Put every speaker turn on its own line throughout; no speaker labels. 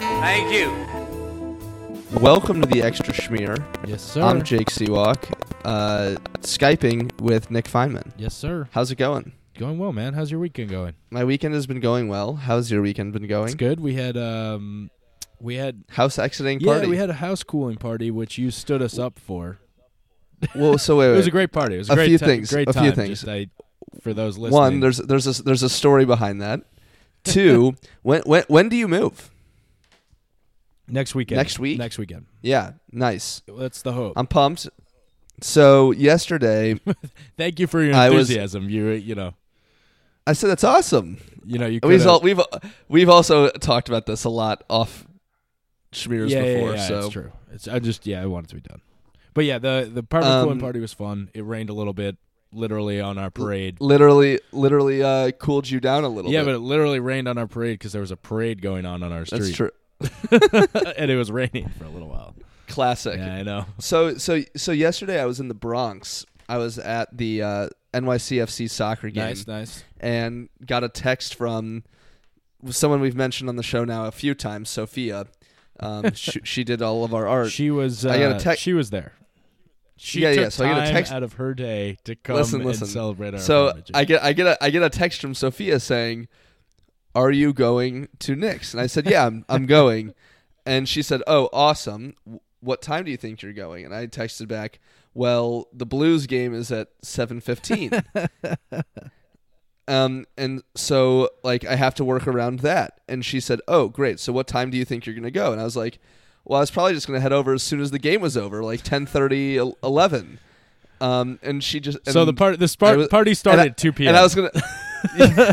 Thank you.
Welcome to the Extra Schmear.
Yes, sir.
I'm Jake Seawalk, uh, Skyping with Nick Feynman.
Yes, sir.
How's it going?
Going well, man. How's your weekend going?
My weekend has been going well. How's your weekend been
It's
going?
good. We had um, we had
House exiting party.
yeah, we had a house cooling party which you stood us up for.
well, so wait,
It
wait.
was a great party. It was a,
A
great
few
ti-
things,
Great
a
time.
few things.
Just, I, for those listening,
One, there's there's a there's a story behind that. Two, when when when do you move?
next weekend.
Next week?
Next weekend.
Yeah, nice.
That's the hope.
I'm pumped. So yesterday,
Thank you for your
I was-
enthusiasm. you you know
I said that's awesome.
you know you
We've
could've-
al- we've we've also talked about this a lot off Schmears
yeah, yeah,
before.
yeah,
so
it's true. It's I just yeah I want it to be done. But yeah, the the apartment
Um,
cooling party was fun. It rained a little bit, literally on our parade.
literally literally uh, cooled you down a little.
Yeah,
bit.
but it literally rained on our parade because there was a parade going on on our street.
That's true.
and it was raining for a little while.
Classic.
Yeah, I know.
So so so yesterday I was in the Bronx. I was at the uh, NYCFC soccer game
Nice, nice.
and got a text from someone we've mentioned on the show now a few times, Sophia. Um, she, she did all of our art.
She was. Uh,
I got a tec-
She was there. She
Yeah,
took
yeah, so I got a
time
text-
out of her day to come
Listen,
and
listen.
celebrate our.
so
pilgrimage.
I get I get a I get a text from Sophia saying, "Are you going to Nick's?" And I said, "Yeah, I'm I'm going." And she said, "Oh, awesome. W- What time do you think you're going?" And I texted back, "Well, the Blues game is at 7:15." um and so like I have to work around that. And she said, "Oh, great. So what time do you think you're going to go?" And I was like, well, I was probably just going to head over as soon as the game was over, like 10:30, 11. Um, and she just
so the
and-
part this part,
I was-
party started
and I-
at two p.m.
and I was gonna.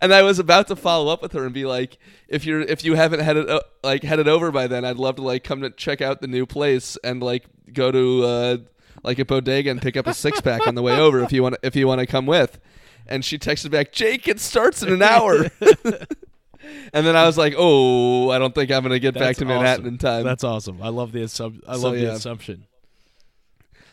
and I was about to follow up with her and be like, "If you're if you haven't headed o- like headed over by then, I'd love to like come to check out the new place and like go to uh, like a bodega and pick up a six pack on the way over if you want if you want to come with." And she texted back, "Jake, it starts in an hour." and then I was like, "Oh, I don't think I'm gonna get back
That's
to Manhattan
awesome.
in time."
That's awesome. I love the assumption. I
So,
love
yeah.
the assumption.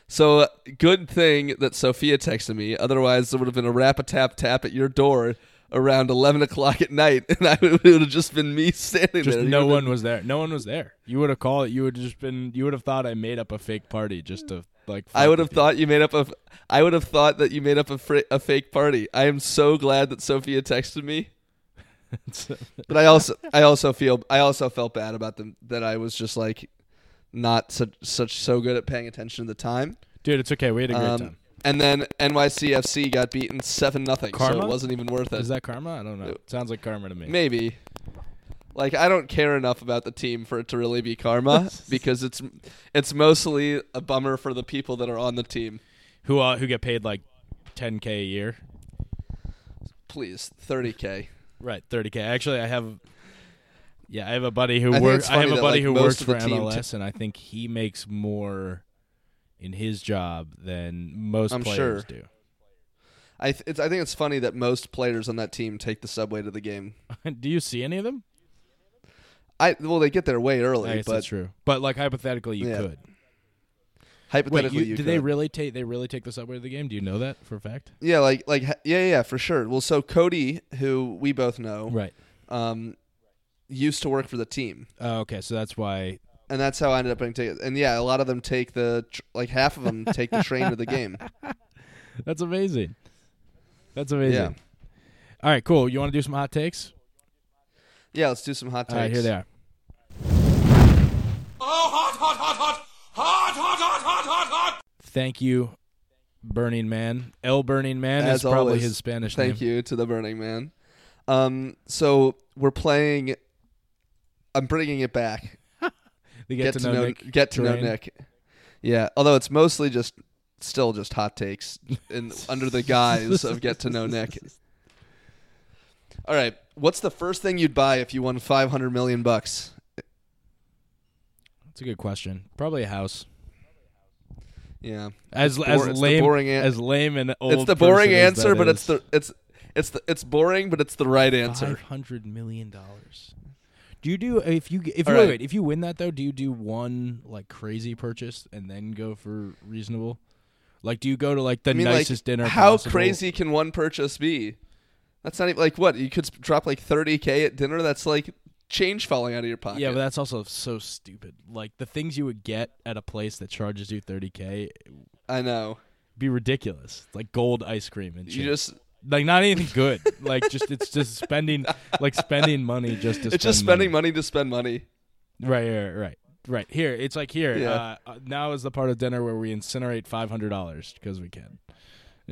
So uh, good thing that Sophia texted me. Otherwise, there would have been a rap a tap tap at your door around eleven o'clock at night, and I would, it would have just been me standing
Just
there.
no
You would have
one was there. No one was there. You would have called. You would have just been. You would have thought I made up a fake party just to
been-
like.
I
fuck
would have
with you.
thought you made up a. f- I would have thought that you made up a, fr- a fake party. I am so glad that Sophia texted me, but I also I also feel I also felt bad about them that I was just like not such such so good at paying attention to the time.
Dude, it's okay. We had a great
Um,
time.
And then NYCFC got beaten seven nothing, so
Karma?
it wasn't even worth it.
Is that karma? I don't know. Sounds like karma to me.
Maybe. Like I don't care enough about the team for it to really be karma because it's it's mostly a bummer for the people that are on the team.
Who uh, who get paid like 10k a year?
Please, 30k.
Right, 30k. Actually, I have Yeah, I have a buddy who
I think
works
it's
I have
funny
a
that,
buddy
like,
who
most
works
of
for
the team
MLS and I think he makes more in his job than most
I'm
players
sure.
do.
I th- it's, I think it's funny that most players on that team take the subway to the game.
do you see any of them?
I well they get there way
I
early,
guess
but
that's true. But like hypothetically you
Yeah.
could. Wait,
hypothetically
you,
you
do they
could.
really take they really take the subway to the game? Do you know that for a fact?
yeah, like like ha- yeah yeah for sure. Well, so Cody, who we both know,
Right.
um, used to work for the team.
Oh, okay, so that's why
and that's how I ended up getting tickets. And yeah, a lot of them take the tr- like half of them take the train to the game.
That's amazing. That's amazing.
Yeah.
All right, cool. You want to do some hot takes?
Yeah, let's do some hot takes.
All right, here they are.
Oh, hot, hot, hot, hot, hot, hot, hot, hot, hot, hot.
Thank you, Burning Man. El Burning Man
As
is probably
always,
his Spanish name.
Thank you to the Burning Man. Um, so we're playing. I'm bringing it back.
They get, to, know, Nick
get to know
Drain.
Nick. Yeah, although it's mostly just still just hot takes in under the guise of get to know Nick. All right, what's the first thing you'd buy if you won 500 million bucks?
That's a good question. Probably a house.
Yeah.
As
bor-
as
it's the
lame
boring an-
as lame and old.
it's the boring
person as that
answer, but it's
is.
the it's it's the it's boring, but it's the right answer.
five hundred million dollars. Do you do if you if
All
you, wait,
right.
wait, if you win that though? Do you do one like crazy purchase and then go for reasonable? Like, do you go to like the
I mean, like,
nicest dinner?
how
possible?
crazy can one purchase be? That's not even like what you could sp- drop like thirty k at dinner. That's like change falling out of your pocket.
Yeah, but that's also so stupid. Like the things you would get at a place that charges you 30k
I know.
be ridiculous. Like gold ice cream and shit.
You just
like not anything good. like just it's just spending like spending money just to
it's just
spend money.
spending money. to spend money.
Right, right, right, right. Here, it's like here.
Yeah.
Uh, uh, now is the part of dinner where we incinerate five hundred dollars because we can.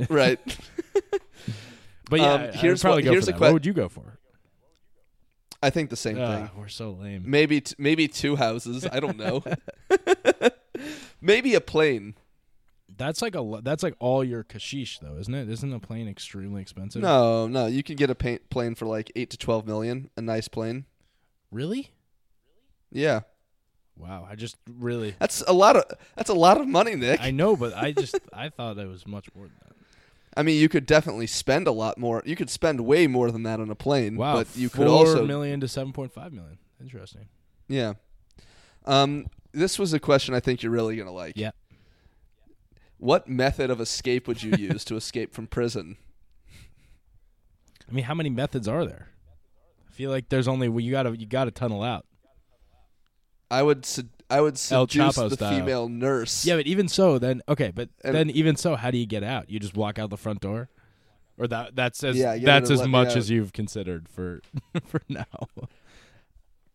Right.
But yeah,
Um,
I- I would
here's
probably
what-
go
here's
for
a
that.
que-
What would you go for?
I think the same
Uh,
thing.
we're so lame.
Maybe t- maybe two houses. I don't know. maybe a plane.
That's like a lo- that's like all your kashish though, isn't it? Isn't a plane extremely expensive?
No, no. You can get a pa- plane for like eight to twelve million. A nice plane.
really?
Yeah,
Wow, I just really
that's a lot of that's a lot of money, Nick.
I know, but I just I thought it was much more than that.
I mean, you could definitely spend a lot more. You could spend way more than that on a plane.
Wow,
but you could
four
also
million to seven point five million. Interesting.
yeah. Um, this was a question I think you're really gonna like.
Yeah.
What method of escape would you use to escape from prison?
I mean, how many methods are there? I feel like there's only well, you gotta you gotta tunnel out.
I would su- I would
El
seduce
Chapo
the
style.
female nurse.
Yeah, but even so, then okay, but
And-
then even so, how do you get out? You just walk out the front door, or that that's as
Yeah, you gotta
that's as
let me
much
out.
as you've considered for for now.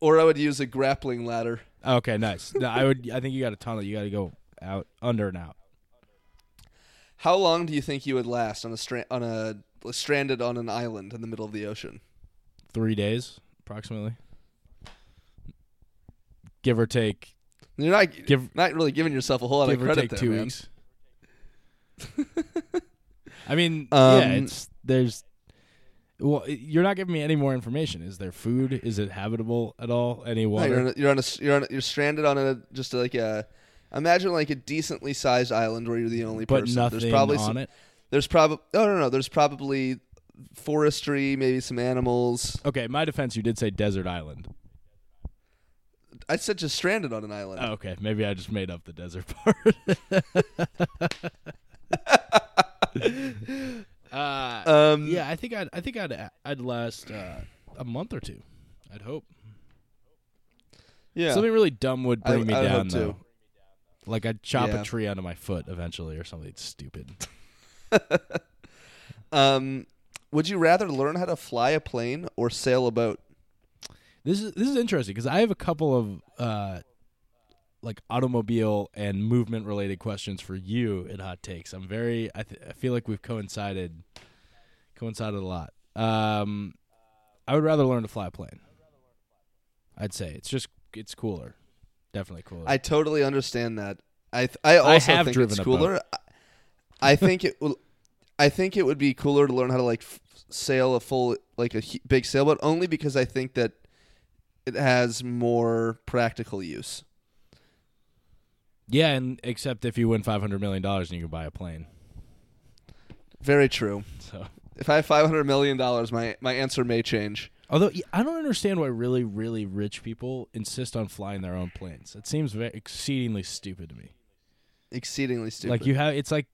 Or I would use a grappling ladder.
Okay, nice. No, I would. I think you got to tunnel. You got to go out under and out.
How long do you think you would last on a stra- on a stranded on an island in the middle of the ocean?
Three days approximately, give or take.
You're not
Give-
not really giving yourself a whole lot
give
of
or
credit
take
there,
two
man.
weeks. I mean,
Um,
yeah, it's there's. Well, you're not giving me any more information. Is there food? Is it habitable at all? Any
No,
water?
you're on a, you're on a s- you're on a, you're stranded on a just like a imagine like a decently sized island where you're the only
but
person.
nothing
there's probably
on
some,
it.
There's probably oh no no there's probably forestry maybe some animals.
Okay, my defense, you did say desert island.
I said just stranded on an island.
Oh, okay, maybe I just made up the desert part. uh,
Um,
yeah, I think I'd I think I'd I'd last uh, a month or two. I'd hope
yeah.
something really dumb would
I-
bring me
I would
down
hope
though.
too.
Like I'd chop
Yeah.
a tree onto my foot eventually or something stupid.
Um, would you rather learn how to fly a plane or sail a boat?
This is this is interesting because I have a couple of uh, like automobile and movement related questions for you in hot takes. I'm very I, th- I feel like we've coincided coincided a lot. Um, I would rather learn to fly a plane. I'd say it's just it's cooler, definitely cooler.
I totally understand that. I th- I also
have
think
driven
it's
a
cooler. I, I think it will. I think it would be cooler to learn how to like f- sail a full like a hu- big sailboat only because I think that it has more practical use.
yeah, and except if you win five hundred million dollars and you can buy a plane.
Very true.
So
If I have five hundred million dollars, my my answer may change.
although y- I don't understand why really really rich people insist on flying their own planes. It seems ve exceedingly stupid to me.
Exceedingly stupid.
Like you have it's like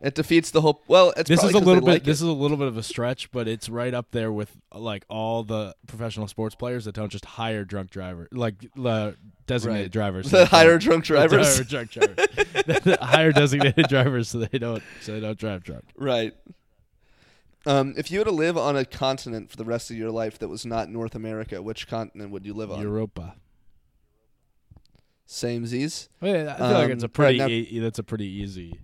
it defeats the whole. Well, it's
this is
probably
a
'cause they
little bit
like
this
it.
is a little bit of a stretch but it's right up there with like all the professional sports players that don't just hire drunk driver like uh, designated
Right.
drivers
The higher drunk
That don't-
drivers.
drunk drivers hire designated drivers so they don't so they don't drive drunk
Right. Um, if you were to live on a continent for the rest of your life that was not North America, which continent would you live on?
europa
Same Z's?
Well, yeah, I feel like it's a
Um,
pretty
right now-
e- that's a pretty easy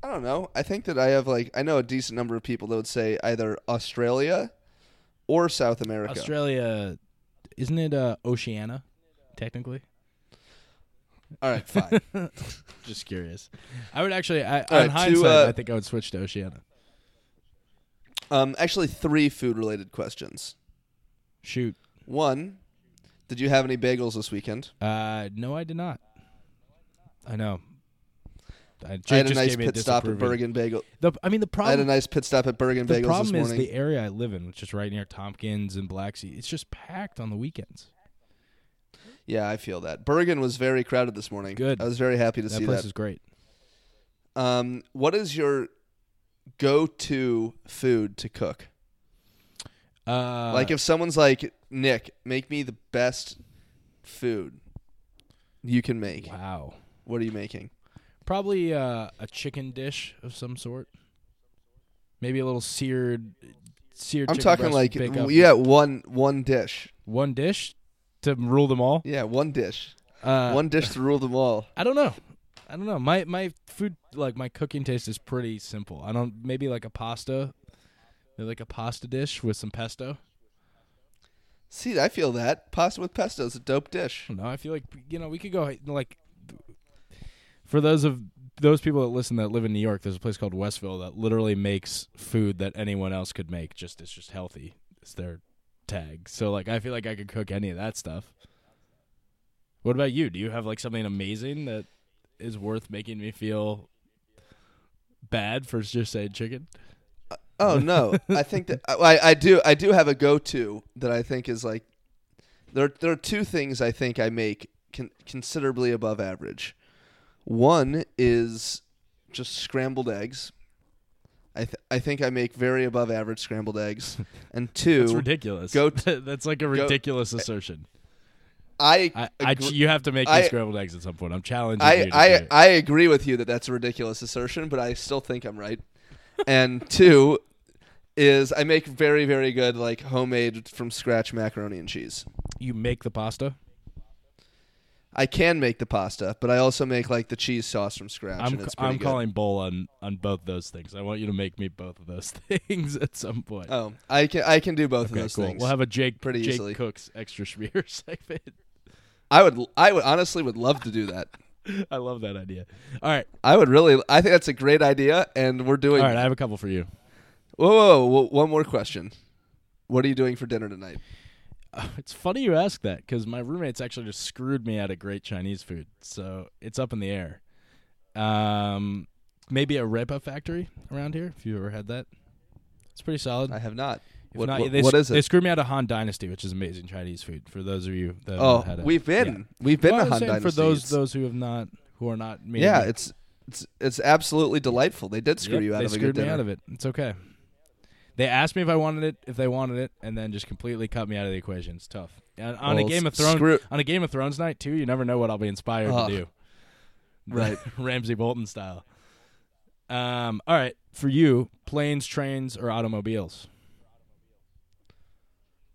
I don't know. I think that I have like I know a decent number of people that would say either Australia or South America.
Australia isn't it uh, Oceania technically
All right, fine.
just curious I would actually I, on
right, to,
hindsight
uh,
I think I would switch to Oceania
um, actually, three food-related questions.
shoot
One, did you have any bagels this weekend?
Uh, no, I did not. I know. I,
I had a
just
nice
gave me
pit stop at
disapproving-
Bergen Bagel.
The, I mean, the
I had a
problem.
nice pit stop at Bergen
the
Bagels this
problem is
morning.
the area I live in, which is right near Tompkins and Blacksea. It's just packed on the weekends.
yeah, I feel that. Bergen was very crowded this morning.
Good.
I was very happy to
That
see
place
that.
is great.
Um, what is your go-to food to cook?
Uh,
like if someone's like, Nick, make me the best food you can make.
wow,
What are you making?
probably uh, a chicken dish of some sort. Maybe a little seared, seared.
I'm
chicken
talking
breast
like
to bake up.
yeah, one one dish.
one dish to rule them all.
Yeah, one dish.
Uh,
one dish to rule them all.
I don't know. I don't know. My my food like my cooking taste is pretty simple. I don't maybe like a pasta, maybe like a pasta dish with some pesto.
See, I feel that pasta with pesto is a dope dish.
I don't know. I feel like you know we could go like for those of those people that listen that live in New York. There's a place called Westville that literally makes food that anyone else could make. Just it's just healthy. It's their tag. So like I feel like I could cook any of that stuff. What about you? Do you have like something amazing that is worth making me feel bad for just saying chicken?
Oh no, I think that uh, I, I do I do have a go to that I think is like there there are two things I think I make con- considerably above average. One is just scrambled eggs. I th- I think I make very above average scrambled eggs. And
That's
two,
ridiculous.
Go
That's like a ridiculous assertion.
I
I, I
agree-
you have to make
I-
me scrambled eggs at some point. I'm challenging you.
I,
to do
I,
it.
I agree with you that that's a ridiculous assertion, but I still think I'm right. and two is I make very, very good, like homemade from scratch macaroni and cheese.
you make the pasta.
I can make the pasta, but I also make like the cheese sauce from scratch.
I'm
and it's pretty
I'm
good.
calling bowl on on both those things. I want you to make me both of those things at some point.
Oh, I can I can do both
okay,
of those
cool.
things.
We'll have a Jake
pretty
Jake
easily.
Cooks extra schmear segment.
I would I would honestly would love to do that.
I love that idea. All right,
I would really. I think that's a great idea, and we're doing.
all right. I have a couple for you.
Whoa, whoa, whoa, one more question. What are you doing for dinner tonight?
It's funny you ask that because my roommates actually just screwed me out of great Chinese food, so it's up in the air. Um, maybe a Repa factory around here. If you ever had that, it's pretty solid.
I have not.
If
What,
not,
what-
they,
what is
They
it?
screwed me out of Han Dynasty, which is amazing Chinese food. For those of you that
Oh,
have had it,
we've been
Yeah.
we've been
Well,
to
I was
Han
saying
Dynasty.
for those
It's-
those who have not who are not meeting
yeah,
me.
it's it's it's absolutely delightful. They did screw
Yep,
you out
they
of a
screwed
good
me
dinner.
out of it. It's okay. They asked me if I wanted it, if they wanted it, and then just completely cut me out of the equation. It's tough. And on
Well,
a Game of
s-
Thrones
screw-
on a Game of Thrones night too, you never know what I'll be inspired
Ugh.
to do.
Right.
Ramsey Bolton style. Um, all right, for you, planes, trains, or automobiles?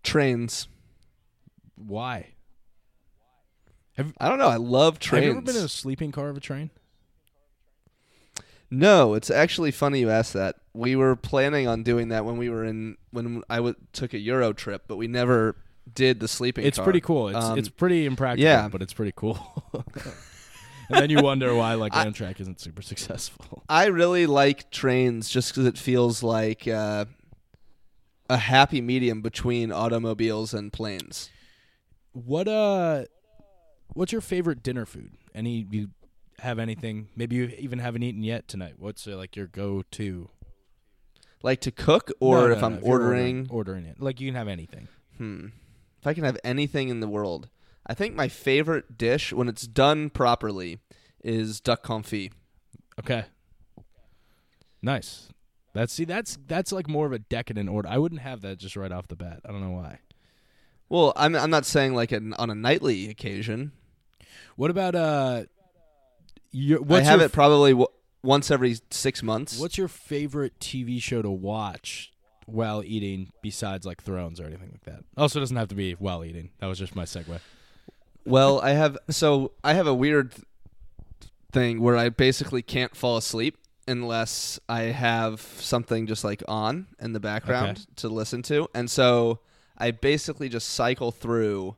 Trains.
Why?
I don't know. I love trains.
Have you ever been in a sleeping car of a train?
No, it's actually funny you asked that. We were planning on doing that when we were in when I w- took a Euro trip, but we never did the sleeping.
It's
car.
pretty cool. It's
Um,
it's pretty impractical,
yeah.
but it's pretty cool. and then you wonder why like Amtrak isn't super successful.
I really like trains just because it feels like uh, a happy medium between automobiles and planes.
What uh what's your favorite dinner food? Any you have anything? Maybe you even haven't eaten yet tonight. What's uh, like your go-to
Like to cook, or
No, no,
if
no,
I'm
you're
ordering,
ordering it. Like you can have anything.
Hmm. If I can have anything in the world, I think my favorite dish when it's done properly is duck confit.
Okay. Nice. That's see that's that's like more of a decadent order. I wouldn't have that just right off the bat. I don't know why.
Well, I'm I'm not saying like an, on a nightly occasion.
What about uh your what's
I have
your
it probably w- once every six months.
What's your favorite TV show to watch while eating besides like Thrones or anything like that? Also, it doesn't have to be while eating. That was just my segue.
well, I have so I have a weird th- thing where I basically can't fall asleep unless I have something just like on in the background
Okay.
to listen to, and so I basically just cycle through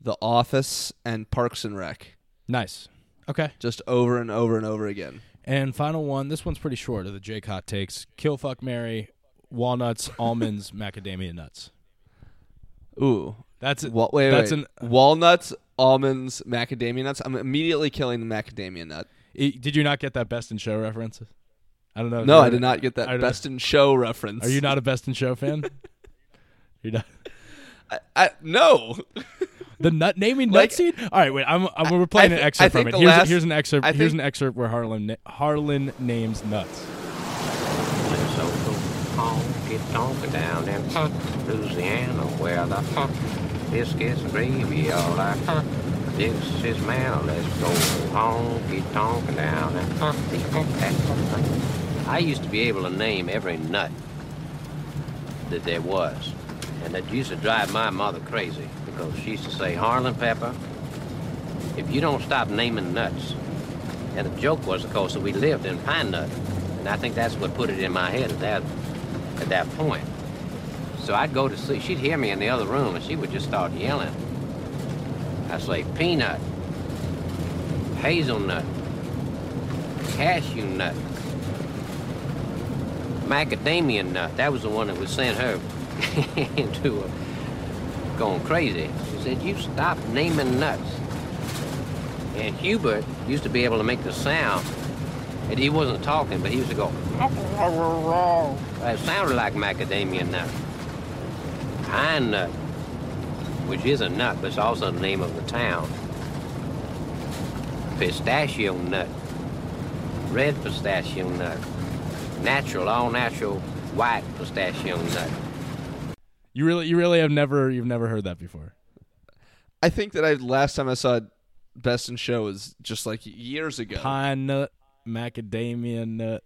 The Office and Parks and Rec.
Nice. Okay.
just over and over and over again.
And final one. This one's pretty short of the Jake Hot Takes. Kill, fuck, Mary, walnuts, almonds, macadamia nuts.
Ooh,
That's it.
Wa- wait,
that's
wait.
an.
walnuts, almonds, macadamia nuts. I'm immediately killing the macadamia nut.
i- Did you not get that best in show reference? I don't know. if
No,
you're-
I did not get
I
that
don't-
best in show reference.
Are you not a best in show fan? You're not.
I, I, no,
The nut naming
Like-
nut scene. All right, wait. I'm, I'm we're playing
thi-
an
I
excerpt
think
from
the
it. Here's,
last-
here's an excerpt.
I
here's
think-
an excerpt where Harlan na- Harlan names nuts.
so cool. biscuit donkey down in Louisiana where the biscuits gravy all like this is man, let's go honky tonk down in I used to be able to name every nut that there was. And that used to drive my mother crazy because she used to say, Harlan Pepper, if you don't stop naming nuts, and the joke was, of course, that we lived in Pine Nut. And I think that's what put it in my head at that, at that point. So I'd go to sleep. She'd hear me in the other room, and she would just start yelling. I'd say, peanut, hazelnut, cashew nut, macadamia nut. That was the one that was sent her into a, going crazy. She said, you stop naming nuts. And Hubert used to be able to make the sound. And he wasn't talking, but he used to go. It sounded like macadamia nut. Pine nut, which is a nut, but it's also the name of the town. Pistachio nut, red pistachio nut, natural, all natural, white pistachio nut.
You really, you really have never, you've never heard that before.
I think that I last time I saw Best in Show was just like years ago.
Pine nut, macadamia nut.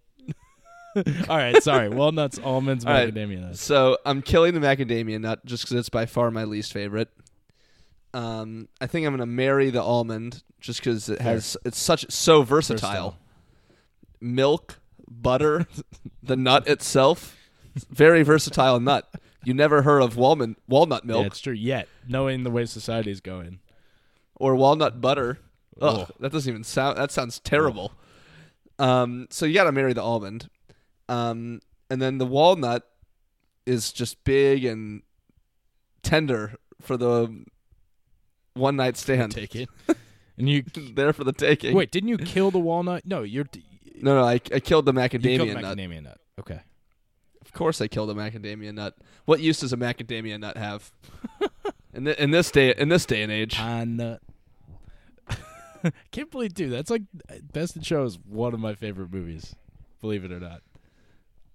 All right, sorry. Walnuts, almonds,
All right,
macadamia nuts.
So I'm killing the macadamia nut just because it's by far my least favorite. Um, I think I'm gonna marry the almond just because it has it's such so versatile.
Versatile.
Milk, butter, the nut itself, It's a very versatile nut. You never heard of walnut walnut
Yeah,
milk
it's true. Yet, knowing the way society's going,
or walnut butter. Ugh,
Ugh.
that doesn't even sound. That sounds terrible. Um, so you got to marry the almond, um, and then the walnut is just big and tender for the one night stand.
take it. And you
there for the taking.
wait, didn't you kill the walnut? No, you're you
no, no, I, I killed the macadamia
killed
nut.
macadamia nut. Okay.
Of course, I killed a macadamia nut. What use does a macadamia nut have? in, thi- in this day, in this day and age,
Pine nut. Can't believe, dude. That's like Best in Show is one of my favorite movies. Believe it or not.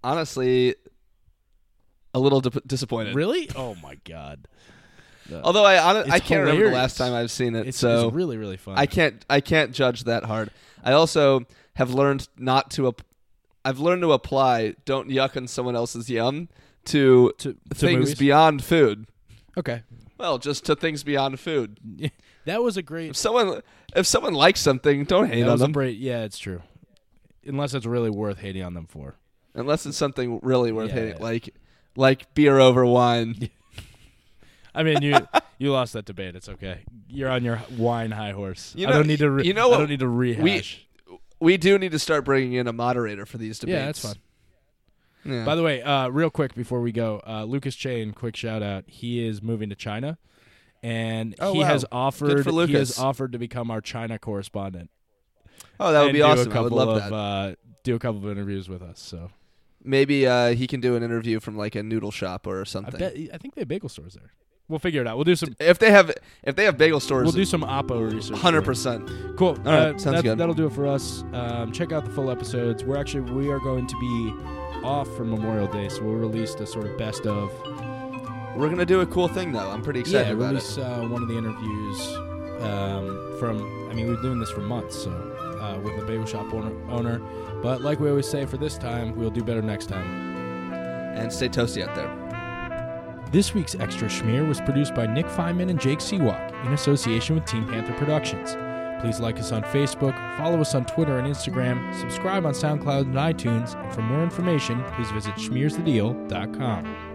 honestly, a little di- disappointed.
Really? Oh my god.
Although I hon-
It's
I can't remember the
hilarious.
last time I've seen it,
It's,
so
it's really really fun.
I can't I can't judge that hard. I also have learned not to. Ap- I've learned to apply "don't yuck on someone else's yum" to,
To- to
things
movies?
beyond food.
Okay.
Well, just to things beyond food.
That was a
If
great.
someone if someone likes something, don't hate
That
on
was a
them
great. Yeah, it's true. Unless it's really worth hating on them for.
unless it's something really worth
Yeah,
hating,
yeah.
like like beer over wine.
I mean, you you lost that debate. It's okay. You're on your wine high horse.
You
I
know-
don't need to. Re-
you know what?
I don't need to rehash.
We do need to start bringing in a moderator for these debates.
yeah, that's fine.
Yeah.
By the way, uh, real quick before we go, uh, Lucas Chain, quick shout out. He is moving to China, and
Oh,
he
wow.
has
Good
offered.
for
He has
Lucas.
offered to become our China correspondent.
oh, that would
and
be
do
awesome.
A
I would
couple
love
of,
that.
Uh, do a couple of interviews with us. So
Maybe uh, he can do an interview from like a noodle shop or
I
something.
bet I think they have bagel stores there. We'll figure it out. We'll do some.
If they have if they have bagel stores,
We'll do some Oppo research.
hundred percent.
Cool.
All right,
Uh,
sounds
that,
good.
That'll do it for us. Um, check out the full episodes. We're actually we are going to be off for Memorial Day, so we'll release the sort of best of.
We're gonna do a cool thing though. I'm pretty excited
yeah,
about it.
release uh, one of the interviews um, from. I mean, we've been doing this for months, so uh, with the bagel shop owner, owner. But like we always say, for this time, we'll do better next time.
And stay toasty out there.
This week's extra schmear was produced by Nick Feynman and Jake Seawalk in association with Team Panther Productions. Please like us on Facebook, follow us on Twitter and Instagram, subscribe on SoundCloud and iTunes, and for more information, please visit schmearsthedeal.com.